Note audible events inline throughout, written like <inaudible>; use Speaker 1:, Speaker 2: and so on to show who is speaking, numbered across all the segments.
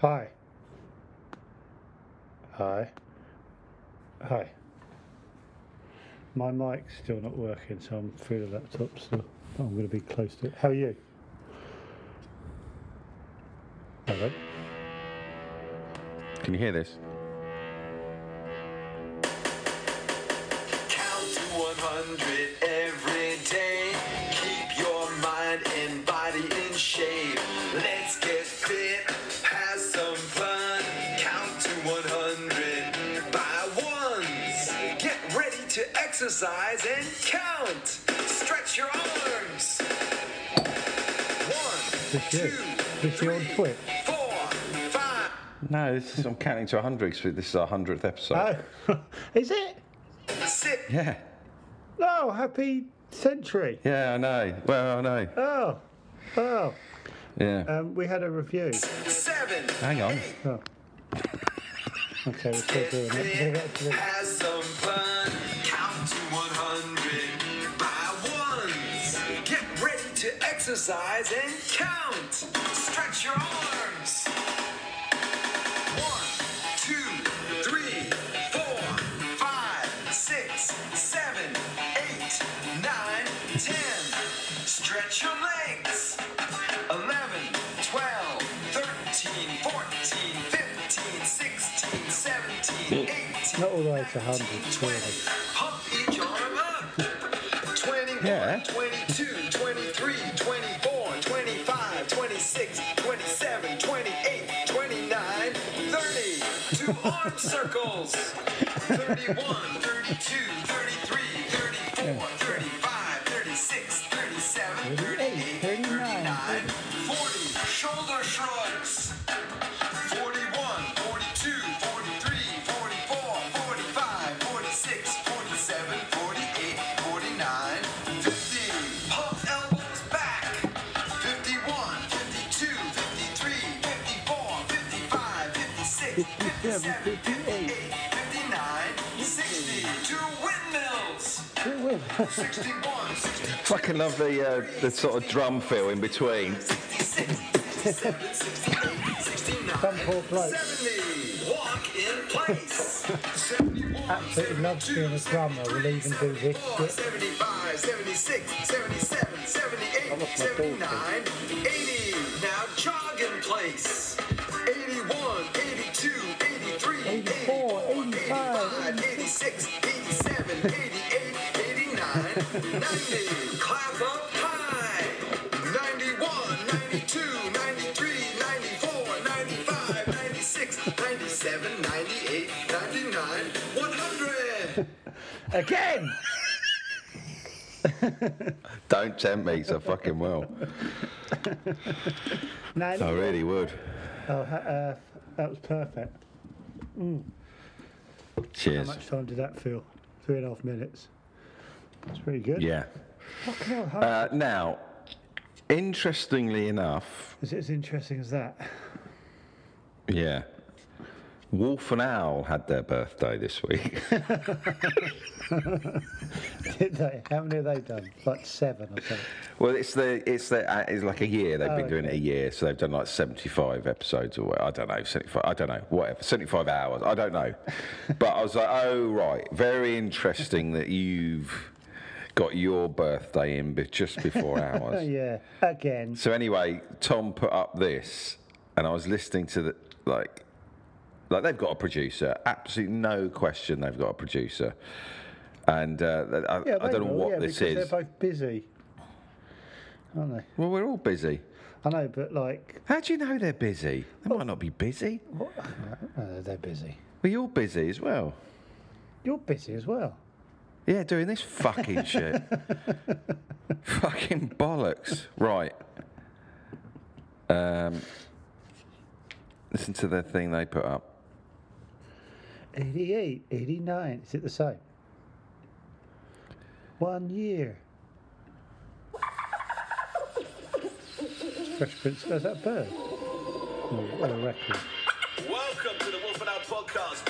Speaker 1: Hi. Hi. Hi. My mic's still not working, so I'm through the laptop, so I'm going to be close to it. How are you? Hello.
Speaker 2: Can you hear this?
Speaker 3: Count to 100 every day. Keep your mind and body in shape. Let's get fit, have some fun. Count to 100 by ones. Get ready to exercise and count. Stretch your arms. One,
Speaker 1: This
Speaker 3: two,
Speaker 1: you? This you on
Speaker 3: three,
Speaker 1: Twitch?
Speaker 3: four, five.
Speaker 2: No, this is. I'm counting to 100 because this is our 100th episode.
Speaker 1: Oh, <laughs> is it?
Speaker 3: Six.
Speaker 2: Yeah,
Speaker 1: Oh, happy century.
Speaker 2: yeah, I know. Well, I know.
Speaker 1: Oh, oh.
Speaker 2: Yeah.
Speaker 1: Um, we had a review.
Speaker 3: seven.
Speaker 2: Hang on.
Speaker 1: Oh. Okay, we're still
Speaker 3: Get
Speaker 1: doing
Speaker 3: fit,
Speaker 1: it. <laughs>
Speaker 3: have some fun. Count to 100 by ones. Get ready to exercise and count. Stretch your arms. One, two, three, four, five, six, seven, eight, nine, ten. Stretch your legs. 11, 12, 13, 14, 15, 16, 17, 18.
Speaker 1: Not all the way to 100, surely.
Speaker 3: Pump each arm up. 21,
Speaker 2: Yeah.
Speaker 3: 22, 23, 24, 25, 26, 27, 28, 29, 30. Two arm circles. 31, 32, 33, 34, 35, 36, 37, 38, 39, 40. Shoulder shrugs. 41, 42, 43, 44, 45, 46, 47, 48, 49, 50. Pump elbows back. 51, 52, 53, 54, 55, 56, 57, 58, 59, 60. Two windmills.
Speaker 1: It will.
Speaker 3: 61, 62.
Speaker 2: Fucking love the uh, the sort of drum feel in between.
Speaker 3: 66, 67, 68, 69,
Speaker 1: Some poor bloke.
Speaker 3: 70. Walk in place. 71,
Speaker 1: Absolutely loves being a drummer, will even do this
Speaker 3: 74,
Speaker 1: shit.
Speaker 3: 75, 76, 77, 78, 79, 80. Now jog in place. 81, 82, 83,
Speaker 1: 84, 85,
Speaker 3: 86, 87, 88, 89, 90. Clap up high. 91, 92, 93, 94, 95, 96, 97, 98, 99, 100.
Speaker 1: Again!
Speaker 2: Don't tempt me so fucking well.
Speaker 1: No,
Speaker 2: I really would.
Speaker 1: Oh, ha- uh, that was perfect.
Speaker 2: Cheers.
Speaker 1: How much time did that feel? Three and a half minutes. That's pretty good.
Speaker 2: Yeah.
Speaker 1: Fucking hell, how
Speaker 2: Uh, now, interestingly enough,
Speaker 1: is it as interesting as that? <laughs>
Speaker 2: yeah, Wolf and Owl had their birthday this week.
Speaker 1: Did they? How many have they done? Like seven or
Speaker 2: <laughs>
Speaker 1: something.
Speaker 2: Well, it's the it's the uh, it's like a year they've
Speaker 1: Oh,
Speaker 2: been doing it a year, so they've done like seventy five episodes or what- I don't know seventy five I don't know whatever seventy five hours I
Speaker 1: <laughs>
Speaker 2: don't know, but I was like oh right very interesting that you've got your birthday in be- just
Speaker 1: <laughs>
Speaker 2: before
Speaker 1: Oh,
Speaker 2: ours.
Speaker 1: yeah. Again.
Speaker 2: So anyway, Tom put up this, and I was listening to the like like they've got a producer absolutely no question they've got a producer, and uh, I,
Speaker 1: Yeah,
Speaker 2: I
Speaker 1: they
Speaker 2: don't know
Speaker 1: will,
Speaker 2: what
Speaker 1: yeah,
Speaker 2: this
Speaker 1: because
Speaker 2: is.
Speaker 1: They're both busy, aren't they?
Speaker 2: Well, we're all busy.
Speaker 1: I know, but like,
Speaker 2: How do you know they're busy? They might not be busy.
Speaker 1: what? No, they're busy.
Speaker 2: Well, you're busy as well.
Speaker 1: You're busy as well.
Speaker 2: Yeah, doing this fucking shit. fucking bollocks. Right. Um, listen to the thing they put up.
Speaker 1: 88, 89. Is it the same? One year. Fresh Prince. Is that a bird? Oh, what a record.
Speaker 3: Welcome to the Wolf and Out podcast.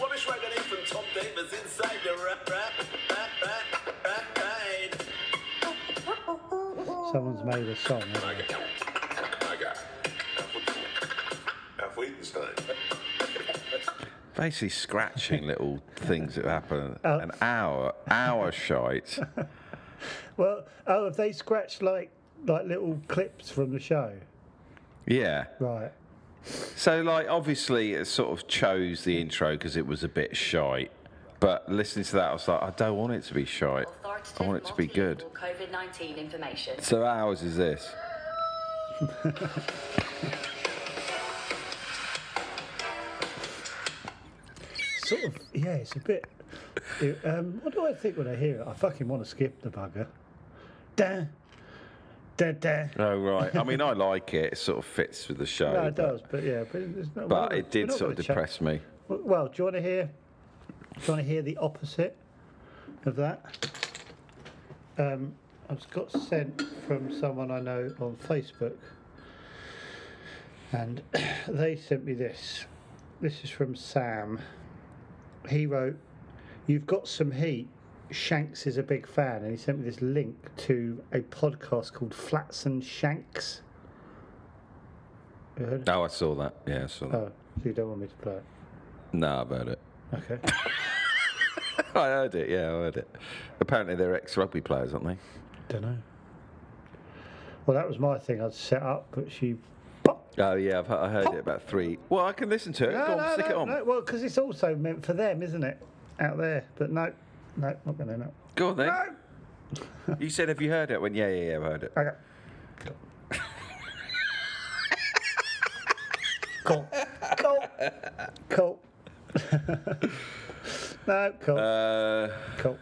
Speaker 3: Rubbish Wagon in from Tom Davis inside the rap rap rap rap rap ride.
Speaker 1: Someone's made a song. haven't they?
Speaker 2: Basically scratching little things that happen.
Speaker 1: Oh.
Speaker 2: An hour, hour shite.
Speaker 1: Well, oh, have they scratched like like little clips from the show?
Speaker 2: Yeah.
Speaker 1: Right.
Speaker 2: So, like, obviously, it sort of chose the intro because it was a bit shite. But listening to that, I was like, I don't want it to be shite. I want it to be good.
Speaker 4: COVID 19 information.
Speaker 2: So, ours is this.
Speaker 1: Sort of. Yeah, it's a bit. it- Um, what do I think when I hear it? I fucking want to skip the bugger. Da, da, da.
Speaker 2: Oh, right. I mean, I like it. It sort of fits with the show.
Speaker 1: No, it
Speaker 2: but-
Speaker 1: does, but yeah, but it's not.
Speaker 2: Oh, But
Speaker 1: we're
Speaker 2: it
Speaker 1: not
Speaker 2: did sort of
Speaker 1: gonna
Speaker 2: depress
Speaker 1: change-
Speaker 2: me.
Speaker 1: W- Well, do you want to hear? Do you want to hear the opposite of that? Um, I have got sent from someone I know on Facebook, and <clears throat> they sent me this. This is from Sam. He wrote, "You've got some heat." Shanks is a big fan, and he sent me this link to a podcast called Flats and Shanks. You heard of
Speaker 2: Oh, I saw that. Yeah, I saw that.
Speaker 1: Oh, so you don't want me to play it?
Speaker 2: No, I've heard it. <laughs>
Speaker 1: Okay.
Speaker 2: I heard it. Yeah, I heard it. Apparently, they're ex rugby players, aren't they?
Speaker 1: don't know. Well, that was my thing I'd set up, but she. No,
Speaker 2: Oh, yeah, I've, he- I heard it about three. Well, I can listen to it. Go on, stick it on.
Speaker 1: Well, because it's also meant for them, isn't it? Out there. But no, no, not going to know.
Speaker 2: Go on then. <laughs> you said, have you heard it? I went, yeah, yeah, yeah, I've heard it.
Speaker 1: Okay. Cool. cool. Cool. no, cool.
Speaker 2: Uh,
Speaker 1: cool.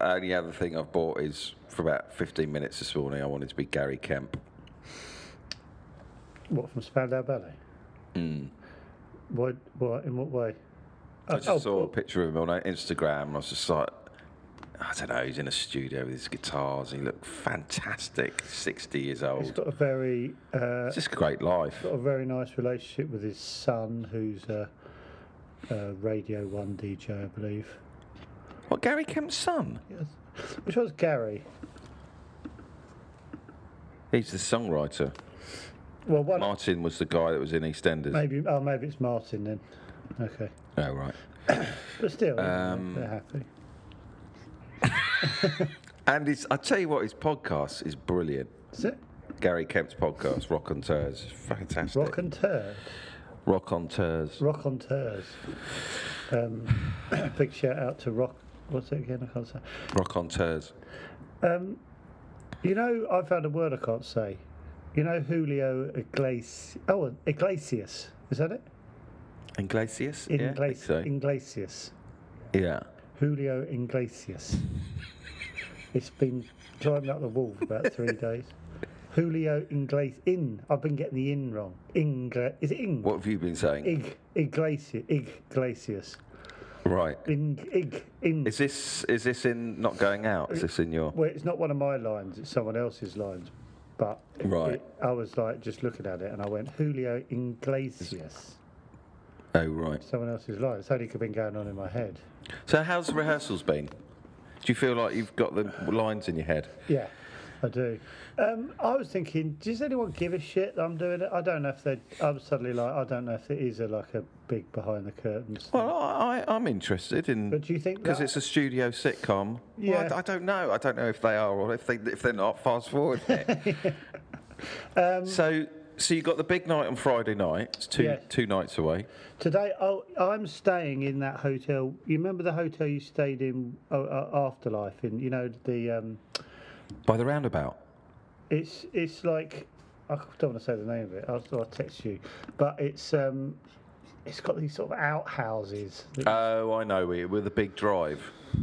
Speaker 2: only other thing I've bought is for about 15 minutes this morning, I wanted to be Gary Kemp.
Speaker 1: What, from Spandau Ballet? Mm. What, what, in what way?
Speaker 2: Hmm.
Speaker 1: Oh,
Speaker 2: I just saw a picture of him on uh, Instagram, and I was just like, I don't know, he's in a studio with his guitars, and he looked fantastic, 60 years
Speaker 1: He's
Speaker 2: old.
Speaker 1: got a very uh,
Speaker 2: It's just a great life.
Speaker 1: got a very nice relationship with his son, who's a, a Radio One DJ, I believe.
Speaker 2: What, Gary Kemp's son?
Speaker 1: Yes. Which one's Gary?
Speaker 2: He's the songwriter.
Speaker 1: Well, one
Speaker 2: Martin was the guy that was in EastEnders.
Speaker 1: maybe. Oh, maybe it's Martin then. Okay,
Speaker 2: Oh, right.
Speaker 1: but still, you know,
Speaker 2: Um,
Speaker 1: they're happy.
Speaker 2: And his, I tell you what, his podcast is brilliant.
Speaker 1: Is it
Speaker 2: Gary Kemp's podcast, Rock on Tours, is fantastic.
Speaker 1: rock and turd?
Speaker 2: Rock on Tours.
Speaker 1: Rock on tours. Um, <coughs> big shout out to Rock. What's it again? I can't say.
Speaker 2: Rock on Tours.
Speaker 1: You know, I found a word I can't say. You know, Julio Iglesias. Oh, Iglesias. Is that it?
Speaker 2: Inglesias? yeah, I think
Speaker 1: Ingles-
Speaker 2: so.
Speaker 1: Iglesias.
Speaker 2: yeah.
Speaker 1: Julio Iglesias. it's been driving up the wall for about
Speaker 2: <laughs>
Speaker 1: three days. Julio Iglesias. In. I've been getting the in wrong. Ingle. Is it ing?
Speaker 2: What have you been saying?
Speaker 1: Ig. Iglesias. Iglesias.
Speaker 2: Right.
Speaker 1: Ing. Ig. In.
Speaker 2: Is this is this in not going out? Is this in your?
Speaker 1: well, it's not one of my lines. It's someone else's lines. But it-
Speaker 2: Right.
Speaker 1: it- I was like just looking at it, and I went Julio Iglesias.
Speaker 2: Oh right.
Speaker 1: Someone else's line. It's only could have been going on in my head.
Speaker 2: So how's the rehearsals been? Do you feel like you've got the lines in your head?
Speaker 1: Yeah, I do. Um, I was thinking, does anyone give a shit that I'm doing it? I don't know if they. I'm suddenly like, I don't know if it is a like a big behind the curtains.
Speaker 2: Well, I, I I'm interested in.
Speaker 1: But do you think
Speaker 2: Because
Speaker 1: that-
Speaker 2: it's a studio sitcom. Yeah. Well, I d-
Speaker 1: Yeah.
Speaker 2: I, don't know. I don't know if they are or if they if they're not. Fast forward. it.
Speaker 1: <laughs> Um,
Speaker 2: so so you got the big night on Friday night. It's two
Speaker 1: Yes.
Speaker 2: two nights away.
Speaker 1: Today, oh, I'm staying in that hotel. You remember the hotel you stayed in uh, uh, Afterlife? In you know the um,
Speaker 2: By the roundabout.
Speaker 1: it's it's like I don't want to say the name of it. I'll, I'll text you, but it's um, it's got these sort of outhouses. that-
Speaker 2: Oh, I know it with the big drive,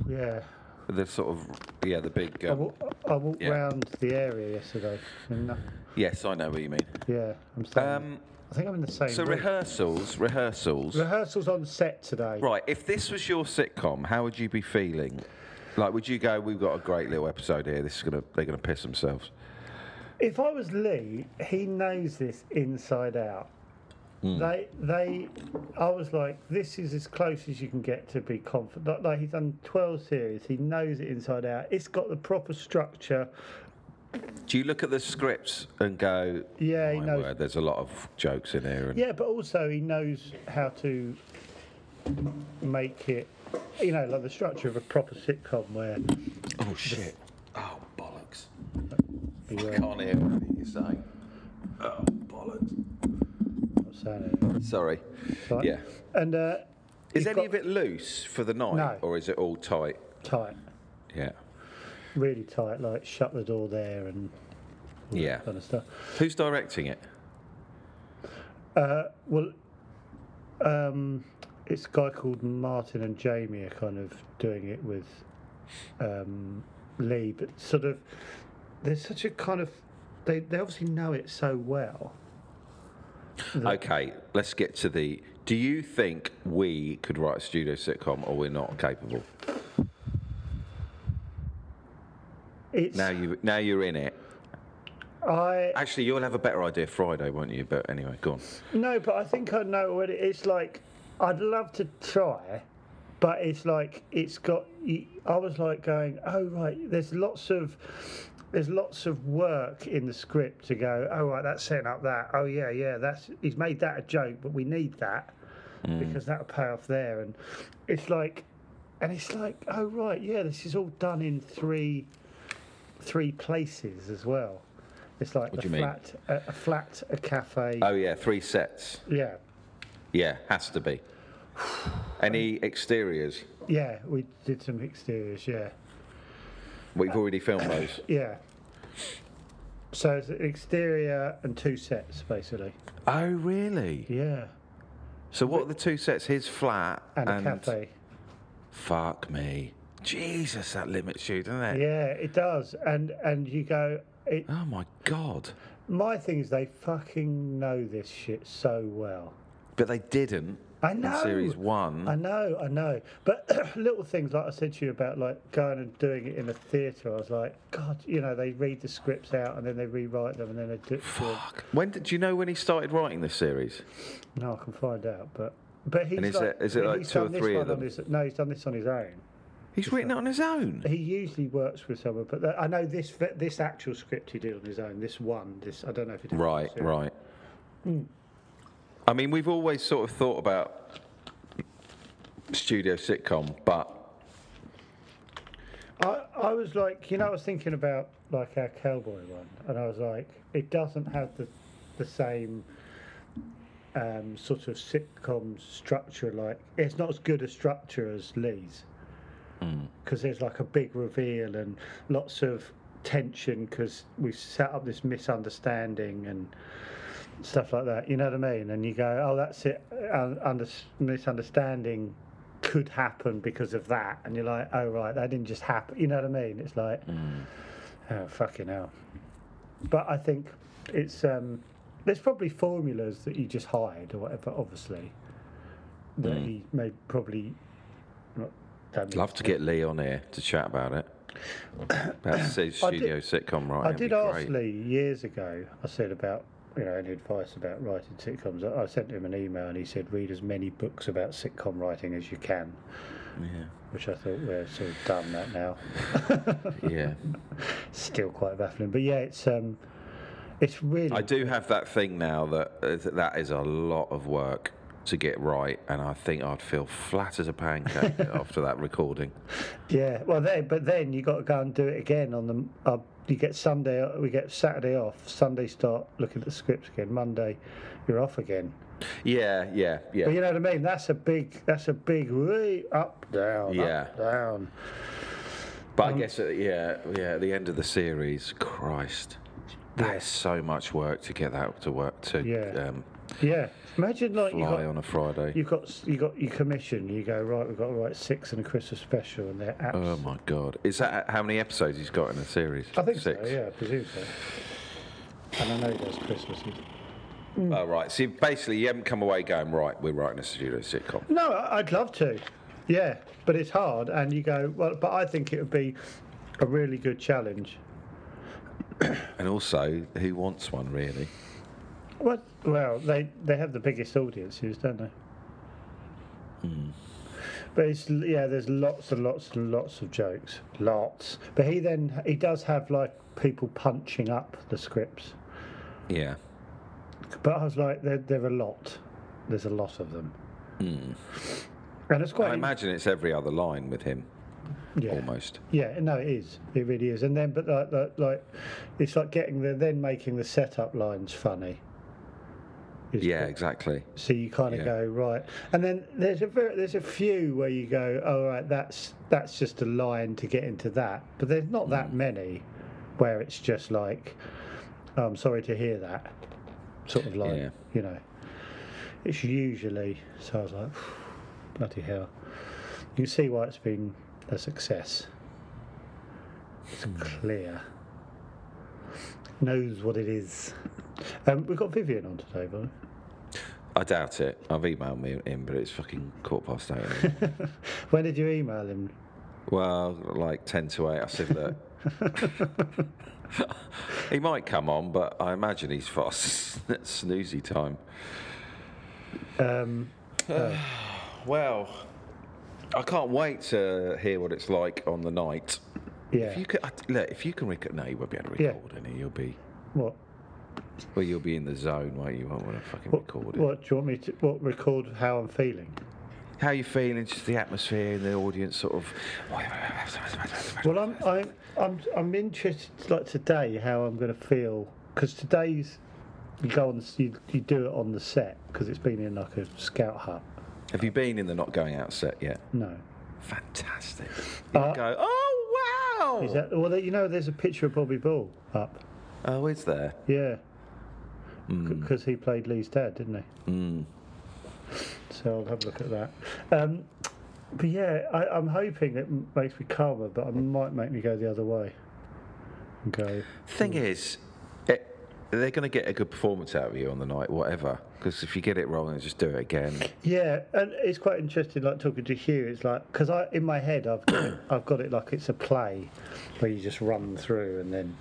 Speaker 1: yeah.
Speaker 2: the sort of yeah, the big.
Speaker 1: I,
Speaker 2: Um,
Speaker 1: wa- I walked
Speaker 2: Yeah.
Speaker 1: round the area yesterday. And no,
Speaker 2: yes, I know what you mean.
Speaker 1: yeah, I'm staying.
Speaker 2: Um,
Speaker 1: I think I'm in the same.
Speaker 2: so
Speaker 1: room.
Speaker 2: rehearsals, rehearsals.
Speaker 1: rehearsals on set today.
Speaker 2: Right, if this was your sitcom, how would you be feeling? Like, would you go? We've got a great little episode here. This is gonna they're gonna piss themselves.
Speaker 1: If I was Lee, he knows this inside out.
Speaker 2: Hmm.
Speaker 1: They, they, I was like, this is as close as you can get to be confident. Like, like he's done twelve series, he knows it inside out. It's got the proper structure.
Speaker 2: Do you look at the scripts and go?
Speaker 1: Yeah, he
Speaker 2: "My
Speaker 1: knows.
Speaker 2: word, there's a lot of jokes in here. And
Speaker 1: Yeah, but also he knows how to make it. You know, like the structure of a proper sitcom where
Speaker 2: Oh shit! Oh bollocks!
Speaker 1: you,
Speaker 2: I
Speaker 1: uh,
Speaker 2: can't hear anything you're saying. Oh bollocks!
Speaker 1: not saying anything,
Speaker 2: Sorry.
Speaker 1: right?
Speaker 2: Yeah.
Speaker 1: and uh,
Speaker 2: Is
Speaker 1: he's
Speaker 2: any
Speaker 1: got
Speaker 2: of it loose for the night,
Speaker 1: No.
Speaker 2: or is it all tight?
Speaker 1: tight,
Speaker 2: Yeah.
Speaker 1: really tight? Like shut the door there and all
Speaker 2: Yeah.
Speaker 1: that kind of stuff.
Speaker 2: Who's directing it?
Speaker 1: Well, um, it's a guy called Martin and Jamie are kind of doing it with um, Lee, but sort of there's such a kind of they they obviously know it so well.
Speaker 2: Okay, let's get to the. Do you think we could write a studio sitcom, or we're not capable?
Speaker 1: It's
Speaker 2: Now you now you're in it.
Speaker 1: I
Speaker 2: Actually, you'll have a better idea Friday, won't you? But anyway, go on.
Speaker 1: no, but I think I know already. It's like I'd love to try, but it's like it's got. y- I was like going, oh right, there's lots of. There's lots of work in the script to go. Oh right, that's setting up that. Oh yeah, yeah, that's he's made that a joke, but we need that
Speaker 2: Mm.
Speaker 1: because that'll pay off there. And it's like, and it's like, oh right, yeah, this is all done in three, three places as well. It's like
Speaker 2: What
Speaker 1: a
Speaker 2: do you mean?
Speaker 1: flat, a, a flat, a cafe.
Speaker 2: Oh yeah, three sets.
Speaker 1: Yeah,
Speaker 2: Yeah, has to be. Any exteriors?
Speaker 1: yeah, we did some exteriors. Yeah,
Speaker 2: We've already filmed those.
Speaker 1: yeah. So it's an exterior and two sets basically.
Speaker 2: Oh really?
Speaker 1: Yeah,
Speaker 2: So what are the two sets? His flat
Speaker 1: and, a cafe.
Speaker 2: Fuck me. Jesus, that limits you, doesn't it?
Speaker 1: Yeah, it does. And and you go. It,
Speaker 2: Oh my god.
Speaker 1: my thing is they fucking know this shit so well.
Speaker 2: But they didn't.
Speaker 1: I know.
Speaker 2: In series one.
Speaker 1: I know, I know. But <clears throat> little things like I said to you about like going and doing it in a theatre. I was like, God, you know, they read the scripts out and then they rewrite them and then they do. do it.
Speaker 2: Fuck. When did do you know when he started writing this series?
Speaker 1: No, I can find out, but but he's
Speaker 2: And is
Speaker 1: like,
Speaker 2: it- is it
Speaker 1: but
Speaker 2: like
Speaker 1: he's
Speaker 2: two or
Speaker 1: done this
Speaker 2: three of
Speaker 1: one on
Speaker 2: them?
Speaker 1: his- no, he's done this on his own.
Speaker 2: He's written it on his own.
Speaker 1: He usually works with someone, but that, I know this ve- this actual script he did on his own. This one, this I don't know if he did.
Speaker 2: Right, right.
Speaker 1: Hmm.
Speaker 2: I mean, we've always sort of thought about studio sitcom, but
Speaker 1: I I was like, you know, I was thinking about like our cowboy one, and I was like, it doesn't have the the same um, sort of sitcom structure. Like, it's not as good a structure as Lee's. because there's like a big reveal and lots of tension because we've set up this misunderstanding and stuff like that. You know what I mean? And you go, oh, that's it. Uh, under- misunderstanding could happen because of that. And you're like, oh, right, that didn't just happen. You know what I mean? It's like, oh, fucking hell. But I think it's, um, there's probably formulas that you just hide or whatever, obviously, that he may probably not. don't mean
Speaker 2: love to get Lee on here to chat about it. That's his
Speaker 1: <coughs> I did-
Speaker 2: studio sitcom, right?
Speaker 1: I did ask Lee years ago. I said about you know any advice about writing sitcoms. I, I sent him an email and he said read as many books about sitcom writing as you can. Which I thought we're sort of done that now. <laughs>
Speaker 2: Yeah.
Speaker 1: Still quite baffling, but yeah, it's um, it's really
Speaker 2: I do have that thing now that uh, that is a lot of work to get right, and I think I'd feel flat as
Speaker 1: <laughs>
Speaker 2: a pancake after that recording.
Speaker 1: yeah. Well, then but then you got to go and do it again on the. Uh, you get Sunday, we get Saturday off. Sunday start looking at the scripts again. Monday, you're off again.
Speaker 2: Yeah, yeah, yeah.
Speaker 1: But you know what I mean? That's a big. That's a big. Way up down.
Speaker 2: Yeah.
Speaker 1: Up, down.
Speaker 2: But
Speaker 1: Mm.
Speaker 2: I guess, uh, yeah, yeah, at the end of the series, Christ, that is so much work to get that to work to.
Speaker 1: Yeah.
Speaker 2: Um,
Speaker 1: Yeah. Imagine like you
Speaker 2: Fly
Speaker 1: got
Speaker 2: on a Friday.
Speaker 1: You've got you got your commission. You go right. We've got to write six and a Christmas special, and they're abs-
Speaker 2: Oh my god! Is that how many episodes he's got in a series?
Speaker 1: I think
Speaker 2: six.
Speaker 1: so. Yeah, I presume so. And I know he does Christmas.
Speaker 2: Oh right. See, basically, you haven't come away going right. We're writing a studio sitcom.
Speaker 1: No, I- I'd love to. Yeah, but it's hard, and you go well. But I think it would be a really good challenge.
Speaker 2: And also, who wants one really?
Speaker 1: What? Well, they they have the biggest audiences, don't they? But it's yeah. There's lots and lots and lots of jokes, lots. But he then he does have like people punching up the scripts.
Speaker 2: Yeah.
Speaker 1: But I was like, there, there are a lot. There's a lot of them. And it's quite.
Speaker 2: I imagine it's every other line with him
Speaker 1: yeah.
Speaker 2: almost.
Speaker 1: Yeah, no, it is. It really is. And then, but like, like, like it's like getting the then making the setup lines funny. Is
Speaker 2: Yeah,
Speaker 1: good.
Speaker 2: exactly.
Speaker 1: So you kind of
Speaker 2: Yeah.
Speaker 1: go right, and then there's a ver there's a few where you go, all right, that's that's just a line to get into that, but there's not that
Speaker 2: Mm.
Speaker 1: many where it's just like, oh, I'm sorry to hear that, sort of like,
Speaker 2: Yeah.
Speaker 1: you know, it's usually. So I was like, bloody hell, you can see why it's been a success. It's
Speaker 2: Hmm.
Speaker 1: clear. Knows what it is. Um, we've got Vivian on today, by the way.
Speaker 2: I doubt it. I've emailed me him, but it's fucking quarter past eight. isn't it?
Speaker 1: When did you email him?
Speaker 2: well, like ten to eight. I said, look. he might come on, but I imagine he's fast. That's <laughs> snoozy time.
Speaker 1: Um,
Speaker 2: <sighs> Well, I can't wait to hear what it's like on the night.
Speaker 1: yeah.
Speaker 2: If you could, I, look, if you can record, no, you won't be able to
Speaker 1: Yeah.
Speaker 2: record any. You'll be,
Speaker 1: What?
Speaker 2: well, you'll be in the zone, won't you? You won't want to fucking
Speaker 1: What,
Speaker 2: record it.
Speaker 1: what do you want me to? What record? How I'm feeling?
Speaker 2: How you feeling? Just the atmosphere and the audience, sort of.
Speaker 1: Well, I'm I'm I'm I'm interested. Like today, how I'm going to feel because today's you go on you, you do it on the set because it's been in like a scout hut.
Speaker 2: Have you been in the not going out set yet?
Speaker 1: No.
Speaker 2: Fantastic. You go. Oh wow!
Speaker 1: Uh, Is that well? You know, there's a picture of Bobby Bull up.
Speaker 2: oh, is there?
Speaker 1: Yeah. Because he played Lee's dad, didn't he? Mm. So I'll have a look at that. Um, but yeah, I, I'm hoping it m- makes me calmer, but it might make me go the other way. And go,
Speaker 2: Thing
Speaker 1: Hmm.
Speaker 2: is, it, they're going to get a good performance out of you on the night, whatever. Because if you get it wrong, then just do it again.
Speaker 1: yeah, and it's quite interesting. Like talking to Hugh, it's like because I in my head I've got it, I've got it like it's a play where you just run through and then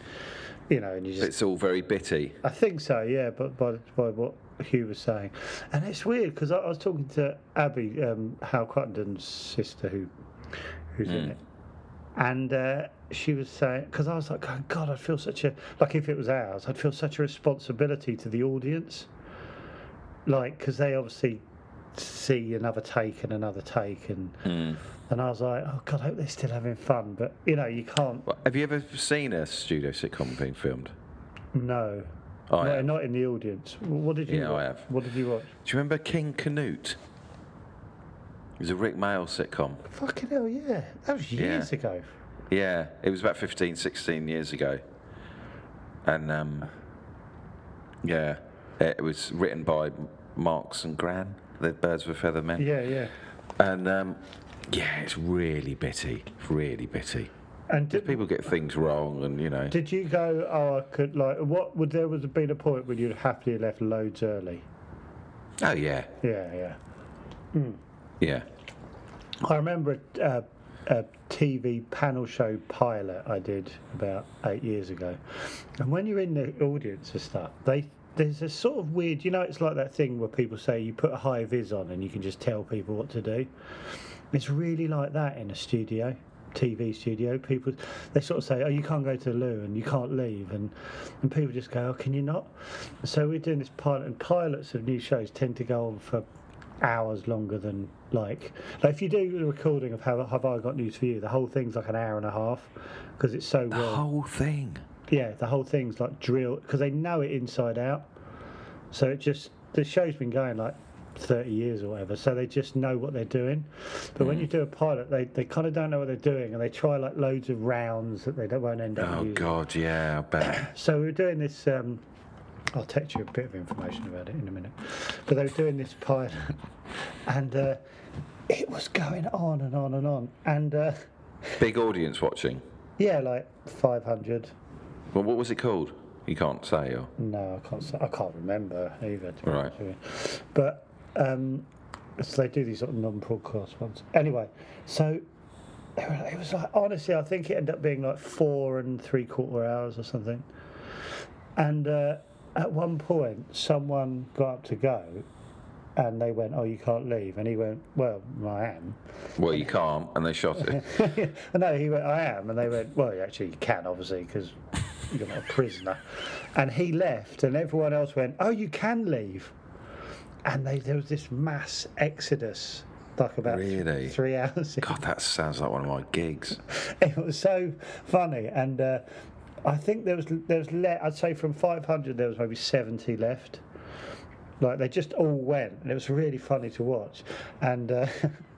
Speaker 1: you know and you just
Speaker 2: It's all very bitty.
Speaker 1: I think so, yeah, but by, by what Hugh was saying. And it's weird because I, I was talking to Abby, um, Hal Cruttenden's sister, who who's
Speaker 2: Hmm.
Speaker 1: in it. And uh, she was saying, because I was like, oh, God, I'd feel such a, like if it was ours, I'd feel such a responsibility to the audience. Like, because they obviously see another take and another take. And,
Speaker 2: Hmm.
Speaker 1: and I was like, oh, God, I hope they're still having fun. But, you know, you can't,
Speaker 2: Well, Have you ever seen a studio sitcom being filmed? Oh,
Speaker 1: no.
Speaker 2: I
Speaker 1: No,
Speaker 2: have.
Speaker 1: not in the audience. What did you
Speaker 2: Yeah, I
Speaker 1: watch?
Speaker 2: have.
Speaker 1: What did you watch?
Speaker 2: Do you remember King Canute? It was a Rick Mail sitcom.
Speaker 1: Fucking hell, yeah. That was years ago.
Speaker 2: Yeah, it was about 15, 16 years ago. And um, yeah, it was written by Marks and Gran, the Birds with Feather Men.
Speaker 1: Yeah, yeah.
Speaker 2: And um, yeah, it's really bitty, really bitty.
Speaker 1: And did,
Speaker 2: People get things wrong, and you know.
Speaker 1: did you go, oh, I could, like, what would there was have been a point when you'd happily left loads early?
Speaker 2: Oh yeah,
Speaker 1: Yeah, yeah.
Speaker 2: yeah.
Speaker 1: I remember a, a, a TV panel show pilot I did about eight years ago, and when you're in the audience and stuff, they there's a sort of weird, you know, it's like that thing where people say you put a high vis on and you can just tell people what to do. It's really like that in a studio, TV studio. People they sort of say, "Oh, you can't go to the loo and you can't leave," and and people just go, "Oh, can you not?" So we're doing this pilot, and pilots of new shows tend to go on for hours longer than like like if you do the recording of how have I got news for you, the whole thing's like an hour and a half because it's so
Speaker 2: The
Speaker 1: well.
Speaker 2: whole thing.
Speaker 1: Yeah, the whole thing's like drill because they know it inside out. So it just the show's been going like thirty years or whatever, so they just know what they're doing. But when you do a pilot, they, they kind of don't know what they're doing, and they try like loads of rounds that they don't, won't end up.
Speaker 2: Oh
Speaker 1: using.
Speaker 2: God, yeah, I bet.
Speaker 1: So we were doing this um, I'll text you a bit of information about it in a minute. But they were doing this pilot, <laughs> and uh, it was going on and on and on. And uh,
Speaker 2: Big audience watching.
Speaker 1: yeah, like 500.
Speaker 2: Well, what was it called? You can't say. Or...
Speaker 1: No, I can't. s- I can't remember either. To be
Speaker 2: Right.
Speaker 1: honest with you. But um, so they do these sort of non-broadcast ones. Anyway, so they were- it was like honestly, I think it ended up being like four and three quarter hours or something. And uh, at one point, someone got up to go, and they went, "Oh, you can't leave." And he went, "Well, I am."
Speaker 2: Well, you can't, and they shot it.
Speaker 1: and <laughs> no, he went, I am. And they went, well, actually, you can, obviously, because you're not a prisoner. And he left, and everyone else went, oh, you can leave. And they, there was this mass exodus, like about th-
Speaker 2: Really?
Speaker 1: three hours. in.
Speaker 2: God, that sounds like one of my gigs.
Speaker 1: <laughs> It was so funny. And uh, I think there was, there was le- I'd say from 500, there was maybe 70 left. Like they just all went, and it was really funny to watch. And uh,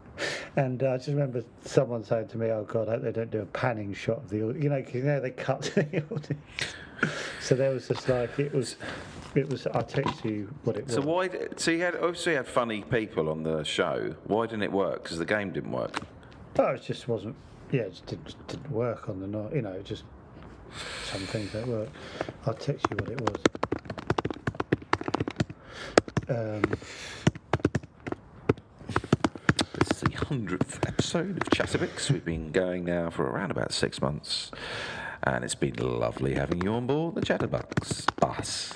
Speaker 1: <laughs> and uh, I just remember someone saying to me, "Oh God, I hope they don't do a panning shot of the, au-" you know, 'cause you know they cut <laughs> to the audience." so there was just like it was, it was. I'll text you what it was.
Speaker 2: So why? d- So you had obviously you had funny people on the show. Why didn't it work? Because the game didn't work.
Speaker 1: Oh, it just wasn't. Yeah, it just didn't, just didn't work on the night. You know, it just some things don't work. I'll text you what it was. Um,
Speaker 2: This is the hundredth episode of Chatterbix. We've been going now for around about six months, and it's been lovely having you on board the Chatterbox bus.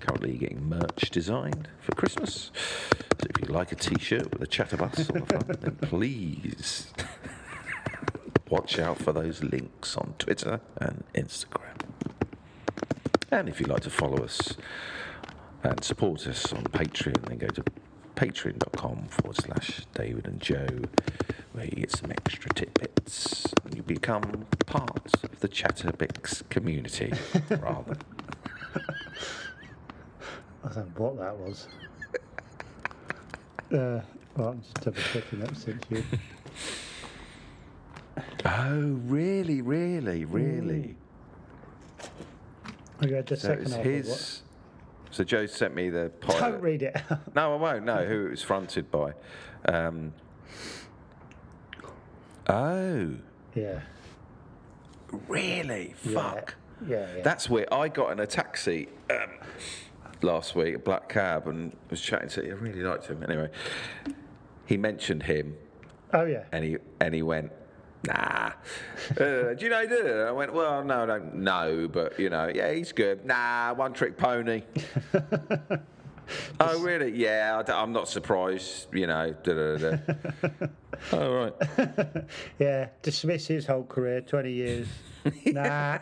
Speaker 2: Currently getting merch designed for Christmas. So if you'd like a T-shirt with a Chatterbus on the front, then please watch out for those links on Twitter and Instagram. And if you'd like to follow us and support us on Patreon, then go to patreon.com forward slash David and Joe, where you get some extra tidbits and you become part of the
Speaker 1: <laughs>
Speaker 2: Chatterbix community. rather,
Speaker 1: I don't know what that was.
Speaker 2: <laughs>
Speaker 1: Uh, well, I'm just double checking that since you.
Speaker 2: oh, really, really, really?
Speaker 1: Have you had the
Speaker 2: So
Speaker 1: Mm. second
Speaker 2: it's
Speaker 1: half or what?
Speaker 2: his. So Joe sent me the pilot.
Speaker 1: Don't read it out. <laughs>
Speaker 2: No, I won't. No, who it was fronted by. Um, oh,
Speaker 1: yeah.
Speaker 2: really?
Speaker 1: yeah,
Speaker 2: Fuck.
Speaker 1: Yeah, yeah.
Speaker 2: That's where I got in a taxi um, last week, a black cab, and was chatting to. I really liked him. Anyway, he mentioned him,
Speaker 1: oh, yeah.
Speaker 2: and he and he went, "Nah, uh, do you know?" Dude? I went, "Well, no, I don't know, but you know, yeah, he's good. Nah, one
Speaker 1: <laughs>
Speaker 2: trick pony." oh, really? Yeah, I, am not surprised. You know, da da da.
Speaker 1: <laughs>
Speaker 2: All right.
Speaker 1: Yeah. Dismiss his whole career, 20 years.
Speaker 2: <laughs>
Speaker 1: nah.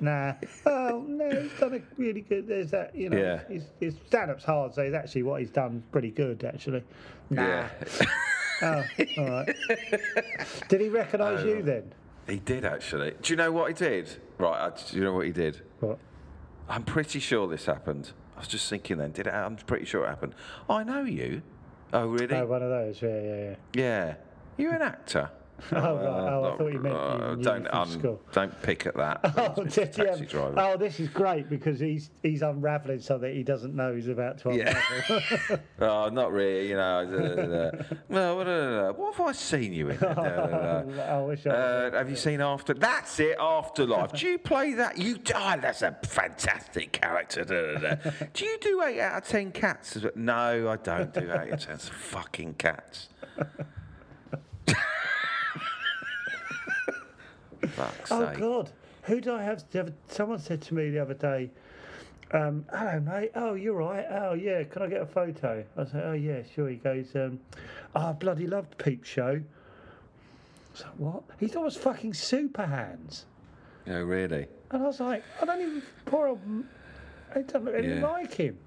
Speaker 1: Nah. Oh, no, he's done a really good. There's that, you know.
Speaker 2: Yeah.
Speaker 1: His, his stand up's hard, so he's actually what he's done pretty good, actually. Nah.
Speaker 2: Yeah,
Speaker 1: All right. Did he recognise
Speaker 2: Oh.
Speaker 1: you then?
Speaker 2: he did actually. Do you know what he did? Right, I, do you know what he did?
Speaker 1: What?
Speaker 2: I'm pretty sure this happened. I was just thinking then, did it? I'm pretty sure it happened. I know you. Oh, really?
Speaker 1: Oh, one of those. Yeah, yeah,
Speaker 2: <laughs>
Speaker 1: yeah.
Speaker 2: yeah. You're an actor. Uh,
Speaker 1: Oh, right. Oh, I
Speaker 2: Not-
Speaker 1: thought you meant you
Speaker 2: uh,
Speaker 1: knew
Speaker 2: don't
Speaker 1: from
Speaker 2: um,
Speaker 1: school.
Speaker 2: <laughs> don't pick at that.
Speaker 1: <laughs> Oh,
Speaker 2: It's a
Speaker 1: did you
Speaker 2: taxi
Speaker 1: have-
Speaker 2: driver.
Speaker 1: oh, this is great because he's he's unraveling something he doesn't know he's about to <laughs> unravel.
Speaker 2: <laughs> Oh, not really. You know. uh, da, da, da, da. no, what, what have I
Speaker 1: <laughs>
Speaker 2: seen you in? Da, da, da, da.
Speaker 1: I wish I
Speaker 2: Uh, have you seen After? That's it, Afterlife. Do you play that? You die. that's a fantastic character. Da, da, da. Do you do eight out of ten cats? as well? No, I don't do eight out of ten fucking cats. Fuck's
Speaker 1: Oh
Speaker 2: sake.
Speaker 1: God, who do I have? The other, someone said to me the other day, um, "Hello, mate. Oh, you're right. Oh, yeah. Can I get a photo?" I said, "Oh, yeah, sure." He goes, um, "Oh, I bloody loved Peep Show." I was like, "What?" He thought it was fucking Super Hands,
Speaker 2: Oh, really?
Speaker 1: and I was like, "I don't even poor old. m- I don't look anything
Speaker 2: Yeah.
Speaker 1: like him."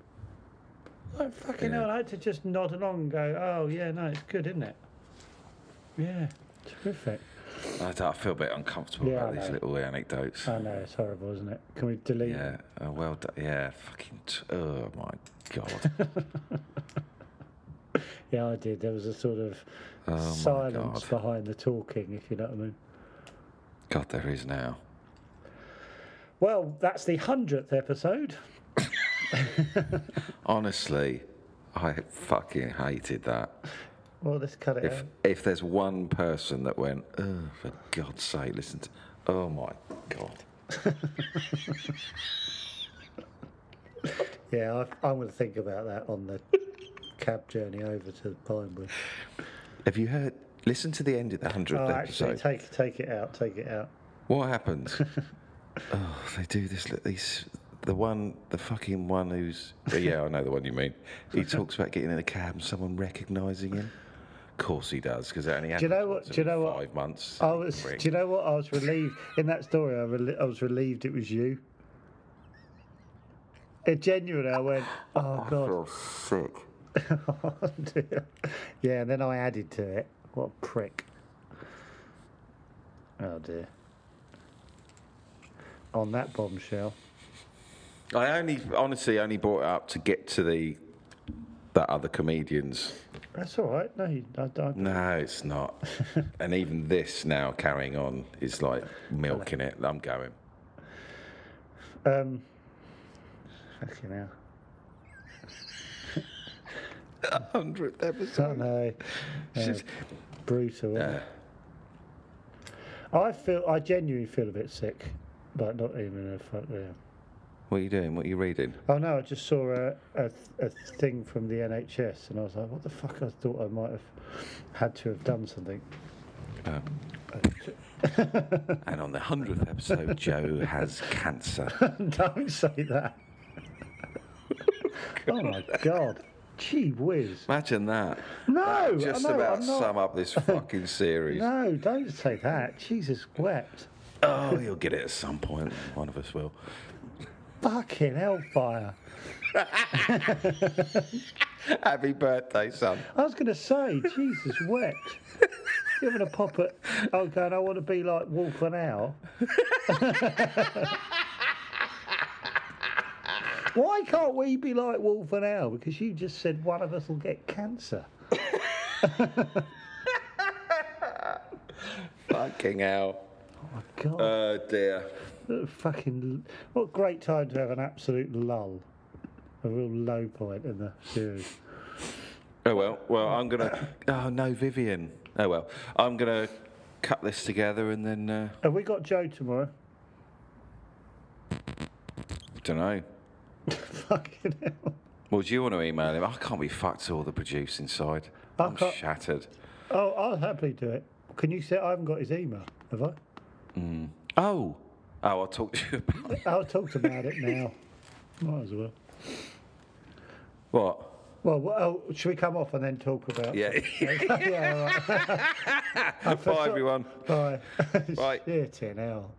Speaker 1: Like fucking
Speaker 2: Yeah.
Speaker 1: hell, I had to just nod along and go, "Oh, yeah, no, it's good, isn't it?" Yeah, terrific.
Speaker 2: I, don't- I feel a bit uncomfortable
Speaker 1: Yeah, I
Speaker 2: about these
Speaker 1: know. Oh,
Speaker 2: little anecdotes.
Speaker 1: I know it's horrible, isn't it? Can we delete? it?
Speaker 2: Yeah. Oh, well done. Yeah. Fucking. T- oh my
Speaker 1: <laughs>
Speaker 2: god.
Speaker 1: Yeah, I did. There was a sort of
Speaker 2: Oh my
Speaker 1: silence
Speaker 2: God.
Speaker 1: behind the talking, if you know what I mean.
Speaker 2: God, there is now.
Speaker 1: Well, that's the hundredth episode.
Speaker 2: Honestly, I fucking hated that.
Speaker 1: Well, let's cut it
Speaker 2: If
Speaker 1: out.
Speaker 2: if there's one person that went, oh, for God's sake, listen to, oh my God.
Speaker 1: Yeah, I, I'm going to think about that on the <laughs> cab journey over to Pinewood.
Speaker 2: Have you heard? Listen to the end of the hundredth
Speaker 1: Oh, actually,
Speaker 2: episode.
Speaker 1: take take it out. Take it out.
Speaker 2: what
Speaker 1: <laughs>
Speaker 2: happens? oh, they do this. li- These the one, the fucking one who's oh, yeah, I know the one you mean.
Speaker 1: <laughs>
Speaker 2: He talks about getting in a cab and someone recognising him. Of course he does, because that only
Speaker 1: you
Speaker 2: happened
Speaker 1: know what- do you know what-
Speaker 2: five months.
Speaker 1: I was. Do you know what? I was relieved in that story. I, rel- I was relieved it was you. It genuinely, I
Speaker 2: <laughs>
Speaker 1: went, oh
Speaker 2: I
Speaker 1: god,
Speaker 2: feel sick.
Speaker 1: Oh, dear. <laughs> yeah. And then I added to it. What a prick! Oh dear. On that bombshell.
Speaker 2: I only, honestly, only brought it up to get to the that other comedians.
Speaker 1: That's all right. No, you, I, I,
Speaker 2: No, it's <laughs> not. and even this now carrying on is like milking it. I'm going.
Speaker 1: Um, fucking hell.
Speaker 2: Hundredth episode. Uh,
Speaker 1: Don't know. Uh,
Speaker 2: She's-
Speaker 1: Brutal. isn't
Speaker 2: Yeah.
Speaker 1: it? Uh, I feel. I genuinely feel a bit sick, but not even if. I, yeah.
Speaker 2: What are you doing? What are you reading?
Speaker 1: Oh no! I just saw a, a a thing from the NHS, and I was like, "What the fuck?" I thought I might have had to have done something.
Speaker 2: Oh. and on the hundredth <laughs> episode, Joe has cancer.
Speaker 1: <laughs> Don't say
Speaker 2: <laughs>
Speaker 1: that. oh my god! Gee whiz!
Speaker 2: Imagine that.
Speaker 1: No,
Speaker 2: That just
Speaker 1: no,
Speaker 2: about
Speaker 1: I'm not-
Speaker 2: sum up this <laughs> fucking series.
Speaker 1: No, don't say that. Jesus wept.
Speaker 2: Oh, you'll get it at some point. One of us will.
Speaker 1: Fucking hellfire!
Speaker 2: Happy birthday, son.
Speaker 1: I was going to say, Jesus
Speaker 2: <laughs>
Speaker 1: wept. You're having a pop at oh, going, I want to be like Wolf and Owl. <laughs> Why can't we be like Wolf and Owl? Because you just said one of us will get cancer.
Speaker 2: Fucking hell.
Speaker 1: God,
Speaker 2: Oh dear.
Speaker 1: what a fucking, what a great time to have an absolute lull, a real low point in the series.
Speaker 2: Oh well. Well, I'm gonna. Oh no, Vivian. Oh well. I'm gonna cut this together and then. Uh,
Speaker 1: Have we got Joe tomorrow? <laughs>
Speaker 2: don't know.
Speaker 1: Fucking hell.
Speaker 2: Well, do you want to email him? I can't be fucked to all the producing side.
Speaker 1: I
Speaker 2: I'm
Speaker 1: can't-
Speaker 2: shattered.
Speaker 1: Oh, I'll happily do it. Can you say I haven't got his email? Have I?
Speaker 2: Oh. Oh, I'll talk to you about
Speaker 1: I'll talk about it now. Might as well.
Speaker 2: what?
Speaker 1: Well, wha- oh, should we come off and then talk about?
Speaker 2: Yeah.
Speaker 1: <laughs> yeah all right.
Speaker 2: Bye, everyone.
Speaker 1: Bye. <laughs>
Speaker 2: Right.
Speaker 1: Shit in hell.